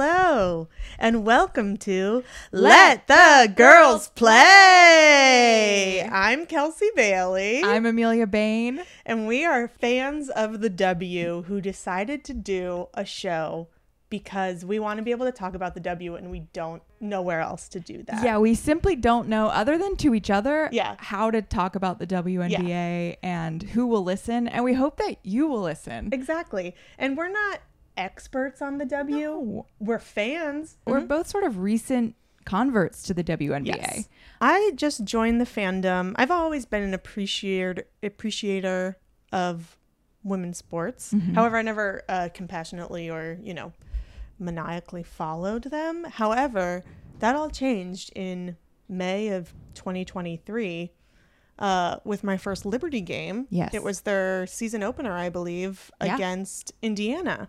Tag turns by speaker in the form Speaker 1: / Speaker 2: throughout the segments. Speaker 1: Hello, and welcome to Let, the Girls Play. I'm Kelsey Bailey,
Speaker 2: I'm Amelia Bain.
Speaker 1: and we are fans of the W who decided to do a show because we want to be able to talk about the W and we don't know where else to do that.
Speaker 2: Yeah, we simply don't know, other than to each other,
Speaker 1: Yeah.
Speaker 2: how to talk about the WNBA and who will listen. And we hope that you will listen.
Speaker 1: Exactly. And we're not experts on the W,
Speaker 2: No.
Speaker 1: we're fans.
Speaker 2: We're both sort of recent converts to the WNBA.
Speaker 1: Yes. I just joined the fandom. I've always been an appreciator appreciator of women's sports.
Speaker 2: Mm-hmm.
Speaker 1: However, I never uh, compassionately or, you know, maniacally followed them. However, that all changed in May of 2023 uh, with my first Liberty game.
Speaker 2: Yes.
Speaker 1: It was their season opener, I believe,
Speaker 2: Yeah.
Speaker 1: against Indiana.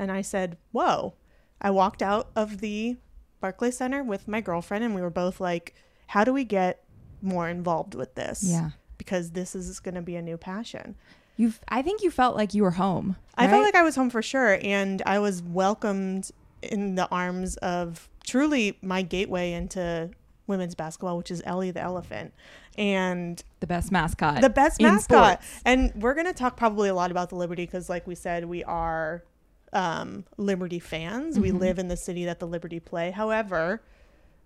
Speaker 1: And I said, Whoa. I walked out of the Barclay Center with my girlfriend, and we were both like, How do we get more involved with this?
Speaker 2: Yeah.
Speaker 1: Because this is going to be a new passion.
Speaker 2: You've I think you felt like you were home.
Speaker 1: I felt like
Speaker 2: right?
Speaker 1: I was home for sure, and I was welcomed in the arms of truly my gateway into women's basketball, which is Ellie the elephant, and
Speaker 2: the best mascot.
Speaker 1: the best
Speaker 2: uh, in
Speaker 1: mascot.
Speaker 2: sports.
Speaker 1: And we're gonna talk probably a lot about the Liberty because, like we said, we are um, Liberty fans. We
Speaker 2: Mm-hmm.
Speaker 1: live in the city that the Liberty play. However.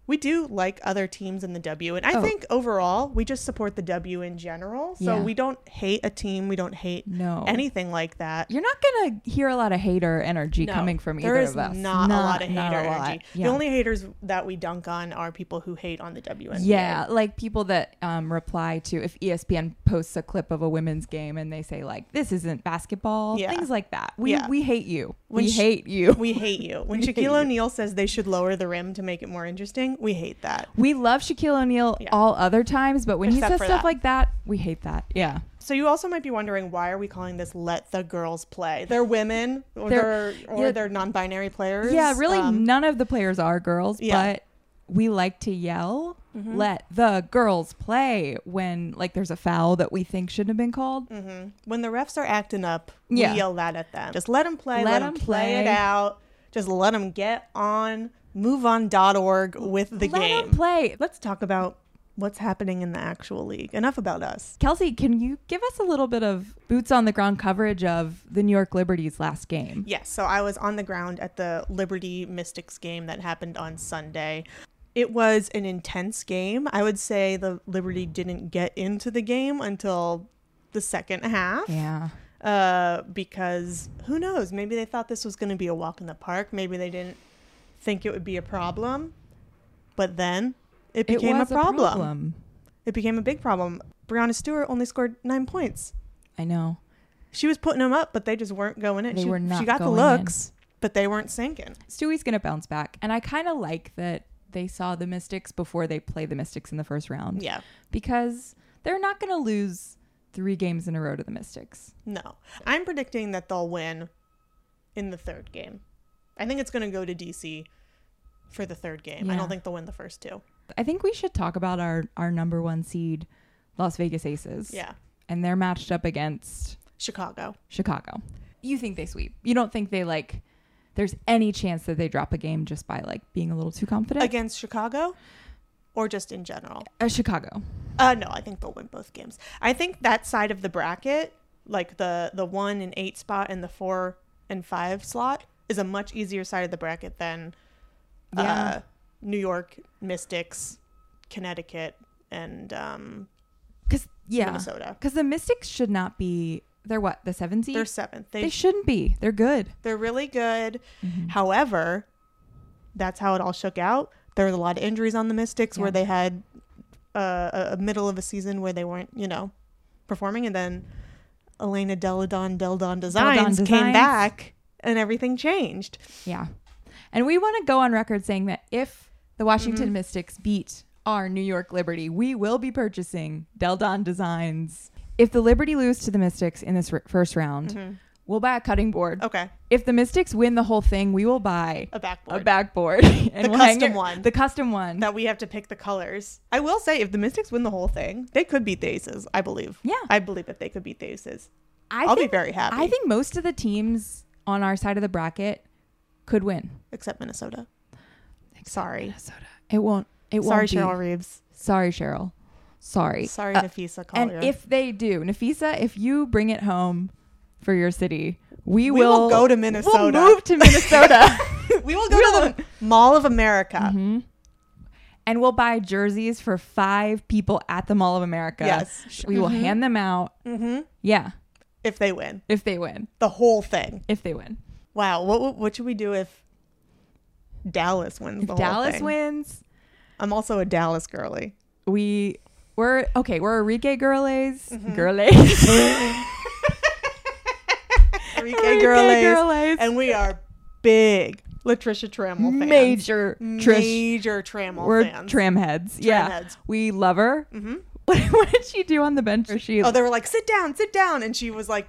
Speaker 1: We do like other teams in the W, and I
Speaker 2: Oh.
Speaker 1: think overall we just support the W in general. So
Speaker 2: Yeah.
Speaker 1: we don't hate a team, we don't hate
Speaker 2: No.
Speaker 1: anything like that.
Speaker 2: You're not gonna hear a lot of hater energy coming from either
Speaker 1: There is
Speaker 2: of us.
Speaker 1: Not, a lot of hater
Speaker 2: not a lot.
Speaker 1: energy.
Speaker 2: Yeah.
Speaker 1: The only haters that we dunk on are people who hate on the WNBA.
Speaker 2: Yeah, like people that um, reply to if ESPN posts a clip of a women's game and they say like this isn't basketball,
Speaker 1: Yeah.
Speaker 2: things like that. We
Speaker 1: Yeah.
Speaker 2: we hate you.
Speaker 1: When
Speaker 2: we
Speaker 1: sh-
Speaker 2: hate you.
Speaker 1: We
Speaker 2: We,
Speaker 1: hate you. When
Speaker 2: We hate
Speaker 1: Shaquille
Speaker 2: you.
Speaker 1: O'Neal says they should lower the rim to make it more interesting, we hate that.
Speaker 2: love Shaquille O'Neal
Speaker 1: Yeah.
Speaker 2: all other times, but when
Speaker 1: Except
Speaker 2: he
Speaker 1: for
Speaker 2: says stuff
Speaker 1: that.
Speaker 2: like that, we hate that. Yeah.
Speaker 1: So you also might be wondering why are we calling this "Let the girls play"? They're women, or they're,
Speaker 2: They're-
Speaker 1: or
Speaker 2: yeah.
Speaker 1: they're non-binary players.
Speaker 2: yeah, really
Speaker 1: Um,
Speaker 2: none of the players are girls,
Speaker 1: Yeah. Mm-hmm.
Speaker 2: but we like to yell, let the girls play when like there's a foul that we think shouldn't have been called.
Speaker 1: Mm-hmm. when the refs are acting up,
Speaker 2: Yeah.
Speaker 1: we yell that at them. Just let them play. Let,
Speaker 2: Let
Speaker 1: them
Speaker 2: 'em
Speaker 1: play. it
Speaker 2: play.
Speaker 1: out. Just let them get on. MoveOn.org with the
Speaker 2: Let
Speaker 1: game.
Speaker 2: 'em play.
Speaker 1: Let's talk about what's happening in the actual league. Enough about us.
Speaker 2: Kelsey, can you give us a little bit of boots on the ground coverage of the New York Liberty's last game?
Speaker 1: Yes, so I was on the ground at the Liberty Mystics game that happened on Sunday. It was an intense game. I would say the Liberty didn't get into the game until the second half.
Speaker 2: Yeah.
Speaker 1: Uh, because who knows? Maybe they thought this was going to be a walk in the park. Maybe they didn't think it would be a problem. But then it
Speaker 2: It
Speaker 1: became
Speaker 2: was
Speaker 1: a problem. It became a big problem. Brianna Stewart only scored nine points.
Speaker 2: I know.
Speaker 1: She was putting them up, but they just weren't going in.
Speaker 2: They
Speaker 1: she,
Speaker 2: were not
Speaker 1: she got the
Speaker 2: going in.
Speaker 1: looks, but they weren't sinking.
Speaker 2: Stewie's going to bounce back. And I kind of like that they saw the Mystics before they play the Mystics in the first round
Speaker 1: Yeah.
Speaker 2: because they're not going to lose three games in a row to the Mystics.
Speaker 1: No. I'm predicting that they'll win in the third game. I think it's going to go to DC for the third game. I
Speaker 2: Yeah.
Speaker 1: don't think they'll win the first two.
Speaker 2: I think we should talk about our, our number one seed, Las Vegas Aces.
Speaker 1: Yeah.
Speaker 2: And they're matched up against
Speaker 1: Chicago.
Speaker 2: Chicago. You think they sweep. You don't think they like there's any chance that they drop a game just by like being a little too confident.
Speaker 1: Against Chicago or just in general?
Speaker 2: Uh, Chicago.
Speaker 1: Uh no, I think they'll win both games. I think that side of the bracket, like the the 1 and 8 spot and the 4 and 5 slot is a much easier side of the bracket than uh,
Speaker 2: Yeah.
Speaker 1: New York Mystics, Connecticut and um
Speaker 2: Cuz yeah.
Speaker 1: Minnesota.
Speaker 2: Cuz the Mystics should not be they're what? The 7 seed?
Speaker 1: They're seventh. They,
Speaker 2: they shouldn't be. They're good.
Speaker 1: They're really good. Mm-hmm. However, that's how it all shook out. There was a lot of injuries on the Mystics where
Speaker 2: Yeah.
Speaker 1: they had uh, a- a middle of a season where they weren't, you know, performing. And then Elena Deladon, Deldon Designs came
Speaker 2: Designs.
Speaker 1: back and everything changed.
Speaker 2: Yeah. And we want to go on record saying that if the Washington
Speaker 1: Mm-hmm.
Speaker 2: Mystics beat our New York Liberty, we will be purchasing Del Don Designs. If the Liberty lose to the Mystics in this r- first round,
Speaker 1: Mm-hmm.
Speaker 2: we'll buy a cutting board.
Speaker 1: Okay.
Speaker 2: If the Mystics win the whole thing, we will buy
Speaker 1: A
Speaker 2: a
Speaker 1: backboard.
Speaker 2: backboard and
Speaker 1: The
Speaker 2: we'll hang
Speaker 1: custom
Speaker 2: it-
Speaker 1: one.
Speaker 2: the custom one
Speaker 1: that we have to pick the colors. I will say, if the Mystics win the whole thing, they could beat the Aces, I believe.
Speaker 2: Yeah.
Speaker 1: I believe that they could beat the Aces.
Speaker 2: I
Speaker 1: I'll
Speaker 2: think,
Speaker 1: be very happy.
Speaker 2: i think most of the teams on our side of the bracket could win.
Speaker 1: except Minnesota. Sorry.
Speaker 2: Minnesota. It won't. It
Speaker 1: Sorry,
Speaker 2: won't. be.
Speaker 1: Cheryl Reeves.
Speaker 2: Sorry, Cheryl. Sorry.
Speaker 1: Sorry,
Speaker 2: Uh,
Speaker 1: Nafisa
Speaker 2: and
Speaker 1: Collier.
Speaker 2: if they do, Nafisa, if you bring it home for your city, we,
Speaker 1: we will, go to Minnesota,
Speaker 2: We'll move to Minnesota.
Speaker 1: we will go to the Mall of America.
Speaker 2: Mhm. And we'll buy jerseys for five people at the Mall of America.
Speaker 1: Yes. Mm-hmm.
Speaker 2: We will hand them out.
Speaker 1: hmm
Speaker 2: Yeah.
Speaker 1: If they win
Speaker 2: If they win.
Speaker 1: the whole thing.
Speaker 2: If they win.
Speaker 1: Wow. What what- what should we do if Dallas wins? The
Speaker 2: if
Speaker 1: whole
Speaker 2: Dallas
Speaker 1: thing?
Speaker 2: wins,
Speaker 1: I'm also a Dallas girly.
Speaker 2: we we're okay, we're Enrique girlies.
Speaker 1: Mm-hmm.
Speaker 2: Girlies.
Speaker 1: Enrique
Speaker 2: Enrique
Speaker 1: girlies,
Speaker 2: girlies.
Speaker 1: and we are big Latricia Trammell fans.
Speaker 2: Major Trish.
Speaker 1: major Trammell
Speaker 2: We're
Speaker 1: fans.
Speaker 2: tram heads. yeah.
Speaker 1: heads.
Speaker 2: We love her.
Speaker 1: hmm
Speaker 2: What, what did she do on the bench? Was She
Speaker 1: Oh, they were like, sit down, sit down. And she was like,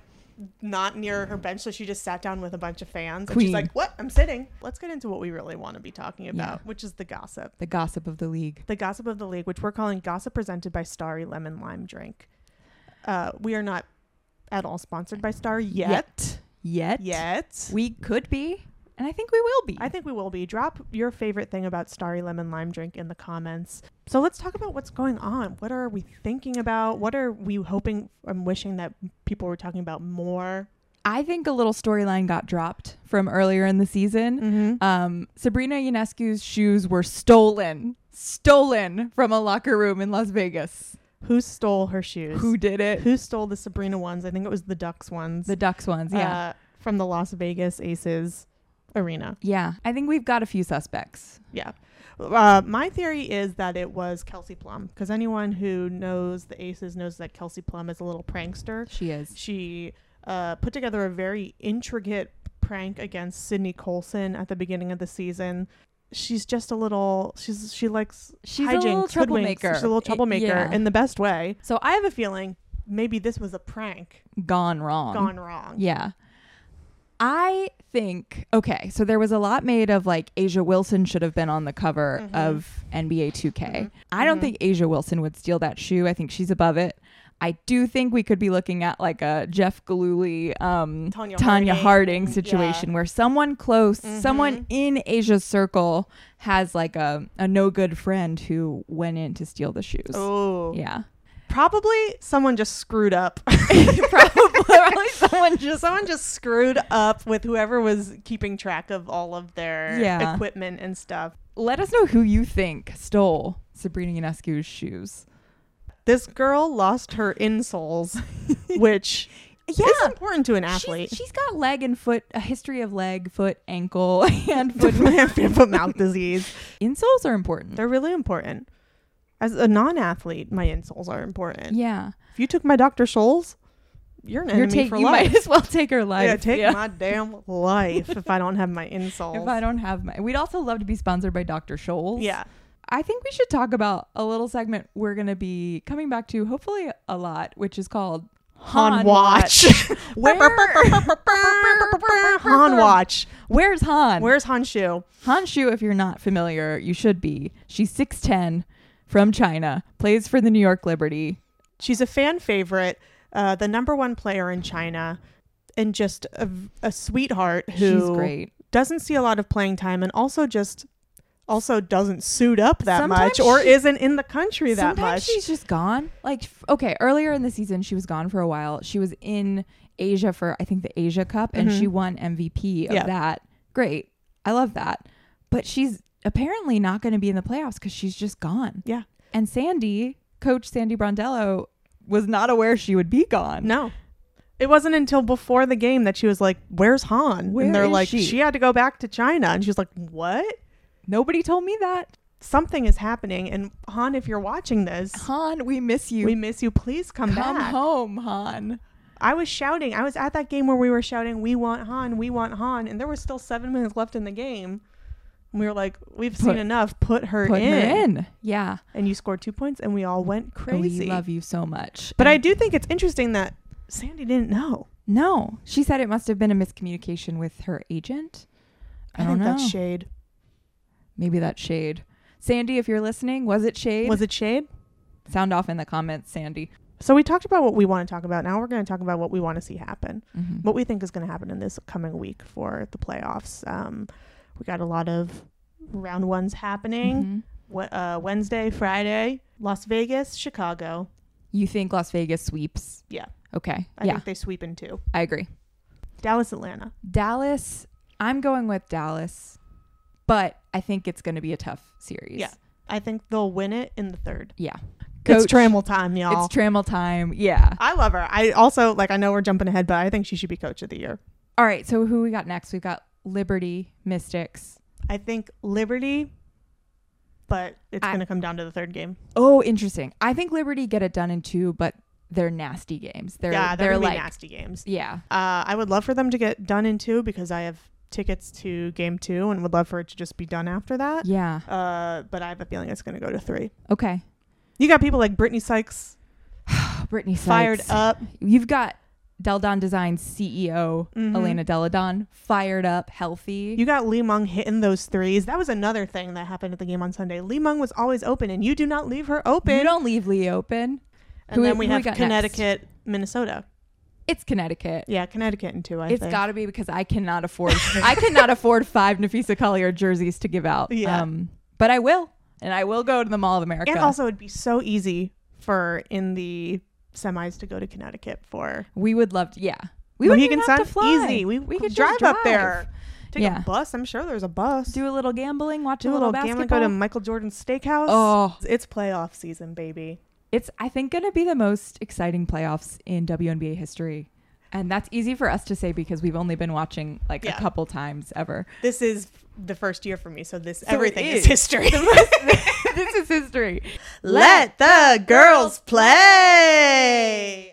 Speaker 1: not near her bench. So she just sat down with a bunch of fans. And
Speaker 2: Queen.
Speaker 1: she's like, what? I'm sitting. Let's get into what we really want to be talking about, which is the gossip.
Speaker 2: the gossip of the league.
Speaker 1: The gossip of the league, which we're calling Gossip Presented by Starry Lemon Lime Drink. Uh, we are not at all sponsored by Star yet.
Speaker 2: Yet.
Speaker 1: Yet.
Speaker 2: We could be. And I think we will be.
Speaker 1: I think we will be. Drop your favorite thing about Starry Lemon Lime Drink in the comments. So let's talk about what's going on. What are we thinking about? What are we hoping and wishing that people were talking about more?
Speaker 2: I think a little storyline got dropped from earlier in the season.
Speaker 1: Mm-hmm.
Speaker 2: Um, Sabrina Ionescu's shoes were stolen, stolen from a locker room in Las Vegas.
Speaker 1: Who stole her shoes?
Speaker 2: Who did it?
Speaker 1: Who stole the Sabrina ones? I think it was the Ducks ones.
Speaker 2: The Ducks ones. Yeah.
Speaker 1: uh, from the Las Vegas Aces arena.
Speaker 2: yeah. I think we've got a few suspects.
Speaker 1: Yeah. Uh, my theory is that it was Kelsey Plum because anyone who knows the Aces knows that Kelsey Plum is a little prankster.
Speaker 2: She is.
Speaker 1: She uh, put together a very intricate prank against Sydney Colson at the beginning of the season. She's just a little. She's she likes
Speaker 2: She's a
Speaker 1: hijinks,
Speaker 2: little
Speaker 1: hoodwinks.
Speaker 2: troublemaker.
Speaker 1: She's a little
Speaker 2: It-
Speaker 1: troublemaker
Speaker 2: yeah.
Speaker 1: in the best way. So I have a feeling maybe this was a prank
Speaker 2: Gone wrong.
Speaker 1: gone wrong.
Speaker 2: Yeah. I think okay, so there was a lot made of like Asia Wilson should have been on the cover
Speaker 1: Mm-hmm.
Speaker 2: of NBA 2K. I don't think Asia Wilson would steal that shoe. I think she's above it. I do think we could be looking at like a Jeff Galooly, um,
Speaker 1: Tanya
Speaker 2: Harding,
Speaker 1: Harding. Mm, Mm-hmm.
Speaker 2: situation where someone close, someone in Asia's circle has like a, a no good friend who went in to steal the shoes.
Speaker 1: Oh,
Speaker 2: Yeah.
Speaker 1: probably someone just screwed up.
Speaker 2: probably, probably someone just
Speaker 1: someone just screwed up with whoever was keeping track of all of their
Speaker 2: Yeah.
Speaker 1: equipment and stuff.
Speaker 2: let us know who you think stole Sabrina Ionescu's shoes.
Speaker 1: This girl lost her insoles, which
Speaker 2: Yeah.
Speaker 1: is important to an athlete.
Speaker 2: She's, she's got leg and foot, a history of leg, foot, ankle, and foot.
Speaker 1: foot mouth disease.
Speaker 2: Insoles are important.
Speaker 1: They're really important. As a non-athlete, my insoles are important.
Speaker 2: yeah.
Speaker 1: If you took my Dr. Scholl's, you're an
Speaker 2: You're
Speaker 1: enemy
Speaker 2: take,
Speaker 1: for
Speaker 2: you
Speaker 1: life.
Speaker 2: might as well take her life.
Speaker 1: yeah, take my damn life if I don't have my insoles.
Speaker 2: If I don't have my. We'd also love to be sponsored by Dr. Scholl's.
Speaker 1: yeah,
Speaker 2: I think we should talk about a little segment we're going to be coming back to, hopefully a lot, which is called
Speaker 1: Han Watch.
Speaker 2: Where-
Speaker 1: Han Watch.
Speaker 2: Where's Han?
Speaker 1: Where's Han Shu?
Speaker 2: Hanshu, if you're not familiar, you should be. She's 6'10 from China, plays for the New York Liberty.
Speaker 1: She's a fan favorite, uh, the number one player in China, and just a, a sweetheart who
Speaker 2: She's great.
Speaker 1: doesn't see a lot of playing time and also just also doesn't suit up that
Speaker 2: Sometimes
Speaker 1: much or
Speaker 2: she-
Speaker 1: isn't in the country that
Speaker 2: Sometimes
Speaker 1: much.
Speaker 2: she's just gone. Like, f- okay, earlier in the season, she was gone for a while. She was in Asia for, I think, the Asia Cup, and she won MVP of
Speaker 1: Mm-hmm. Yeah.
Speaker 2: that. Great. I love that. But she's apparently not going to be in the playoffs because she's just gone.
Speaker 1: yeah.
Speaker 2: And Sandy, coach Sandy Brondello, was not aware she would be gone.
Speaker 1: No. It wasn't until before the game that she was like, "Where's Han?"
Speaker 2: Where
Speaker 1: and they're
Speaker 2: is
Speaker 1: like,
Speaker 2: she?
Speaker 1: "She had to go back to China." And she's like, "What?
Speaker 2: Nobody told me that.
Speaker 1: Something is happening." And Han, if you're watching this,
Speaker 2: Han, we miss you.
Speaker 1: we miss you. Please come,
Speaker 2: Come
Speaker 1: back.
Speaker 2: home, Han.
Speaker 1: I was shouting. I was at that game where we were shouting, "We want Han, we want Han," and there was still seven minutes left in the game. And we were like, "We've
Speaker 2: Put-
Speaker 1: seen enough. Put her,
Speaker 2: Put
Speaker 1: in.
Speaker 2: her in. Yeah.
Speaker 1: And you scored two points, and we all went crazy.
Speaker 2: We love you so much.
Speaker 1: But I do think it's interesting that Sandy didn't know.
Speaker 2: No. She said it must have been a miscommunication with her agent. I,
Speaker 1: I,
Speaker 2: don't
Speaker 1: think
Speaker 2: know.
Speaker 1: that's shade.
Speaker 2: Maybe that's shade. Sandy, if you're listening, was it shade?
Speaker 1: Was it shade?
Speaker 2: Sound off in the comments, Sandy.
Speaker 1: So we talked about what we want to talk about. Now we're going to talk about what we want to see happen,
Speaker 2: Mhm.
Speaker 1: what we think is going to happen in this coming week for the playoffs. Um, we got a lot of round ones happening.
Speaker 2: Mhm.
Speaker 1: Wed- uh, Wednesday, Friday, Las Vegas, Chicago.
Speaker 2: You think Las Vegas sweeps?
Speaker 1: Yeah.
Speaker 2: Okay.
Speaker 1: I
Speaker 2: yeah,
Speaker 1: think they sweep in two.
Speaker 2: I agree.
Speaker 1: Dallas, Atlanta.
Speaker 2: Dallas, I'm going with Dallas, but I think it's going to be a tough series.
Speaker 1: Yeah. I think they'll win it in the third.
Speaker 2: Yeah.
Speaker 1: it's Trammell time, y'all.
Speaker 2: It's Trammell time. Yeah.
Speaker 1: I love her. I also like. I know we're jumping ahead, but I think she should be coach of the year.
Speaker 2: All right. So who we got next? We've got Liberty Mystics.
Speaker 1: I think Liberty, but it's
Speaker 2: I-
Speaker 1: going to come down to the third game.
Speaker 2: Oh, interesting. I think Liberty get it done in two, but they're nasty games. They're
Speaker 1: yeah, they're,
Speaker 2: they're
Speaker 1: gonna
Speaker 2: like
Speaker 1: be nasty games.
Speaker 2: yeah.
Speaker 1: Uh, I would love for them to get done in two because I have tickets to game two and would love for it to just be done after that.
Speaker 2: Yeah.
Speaker 1: Uh, but I have a feeling it's going to go to three.
Speaker 2: Okay.
Speaker 1: You got people like Brittany Sykes
Speaker 2: Brittany Sykes.
Speaker 1: Oh, fired up.
Speaker 2: You've got Deldon Design CEO
Speaker 1: Mhm.
Speaker 2: Elena Deladon fired up, healthy.
Speaker 1: You got Lee Mung hitting those threes. That was another thing that happened at the game on Sunday. Lee Mung was always open, and you do not leave her open.
Speaker 2: You don't leave Lee open.
Speaker 1: and
Speaker 2: who we-
Speaker 1: then we
Speaker 2: who we
Speaker 1: have
Speaker 2: got next?
Speaker 1: Connecticut, Minnesota.
Speaker 2: It's Connecticut.
Speaker 1: Yeah, Connecticut in two. I
Speaker 2: It's
Speaker 1: think.
Speaker 2: got to be because I cannot afford I cannot afford five Nafisa Collier jerseys to give out.
Speaker 1: Yeah.
Speaker 2: Um, but I will, and I will go to the Mall of America.
Speaker 1: And also, it'd be so easy for in the semis to go to Connecticut for
Speaker 2: we would love to. Yeah, we would
Speaker 1: Mohegan
Speaker 2: even have
Speaker 1: Sun.
Speaker 2: to fly.
Speaker 1: Easy, we, we could
Speaker 2: just
Speaker 1: drive, up there. Take
Speaker 2: Yeah.
Speaker 1: a bus. I'm sure there's a bus.
Speaker 2: do a little gambling, watch
Speaker 1: Do
Speaker 2: a little,
Speaker 1: gambling.
Speaker 2: basketball.
Speaker 1: Go to Michael Jordan's Steakhouse.
Speaker 2: oh,
Speaker 1: It's playoff season, baby.
Speaker 2: it's I think going to be the most exciting playoffs in WNBA history, and that's easy for us to say because we've only been watching like
Speaker 1: Yeah.
Speaker 2: a couple times ever.
Speaker 1: This is the first year for me, so this
Speaker 2: it
Speaker 1: everything is.
Speaker 2: is.
Speaker 1: history.
Speaker 2: this is history.
Speaker 1: Let the girls play.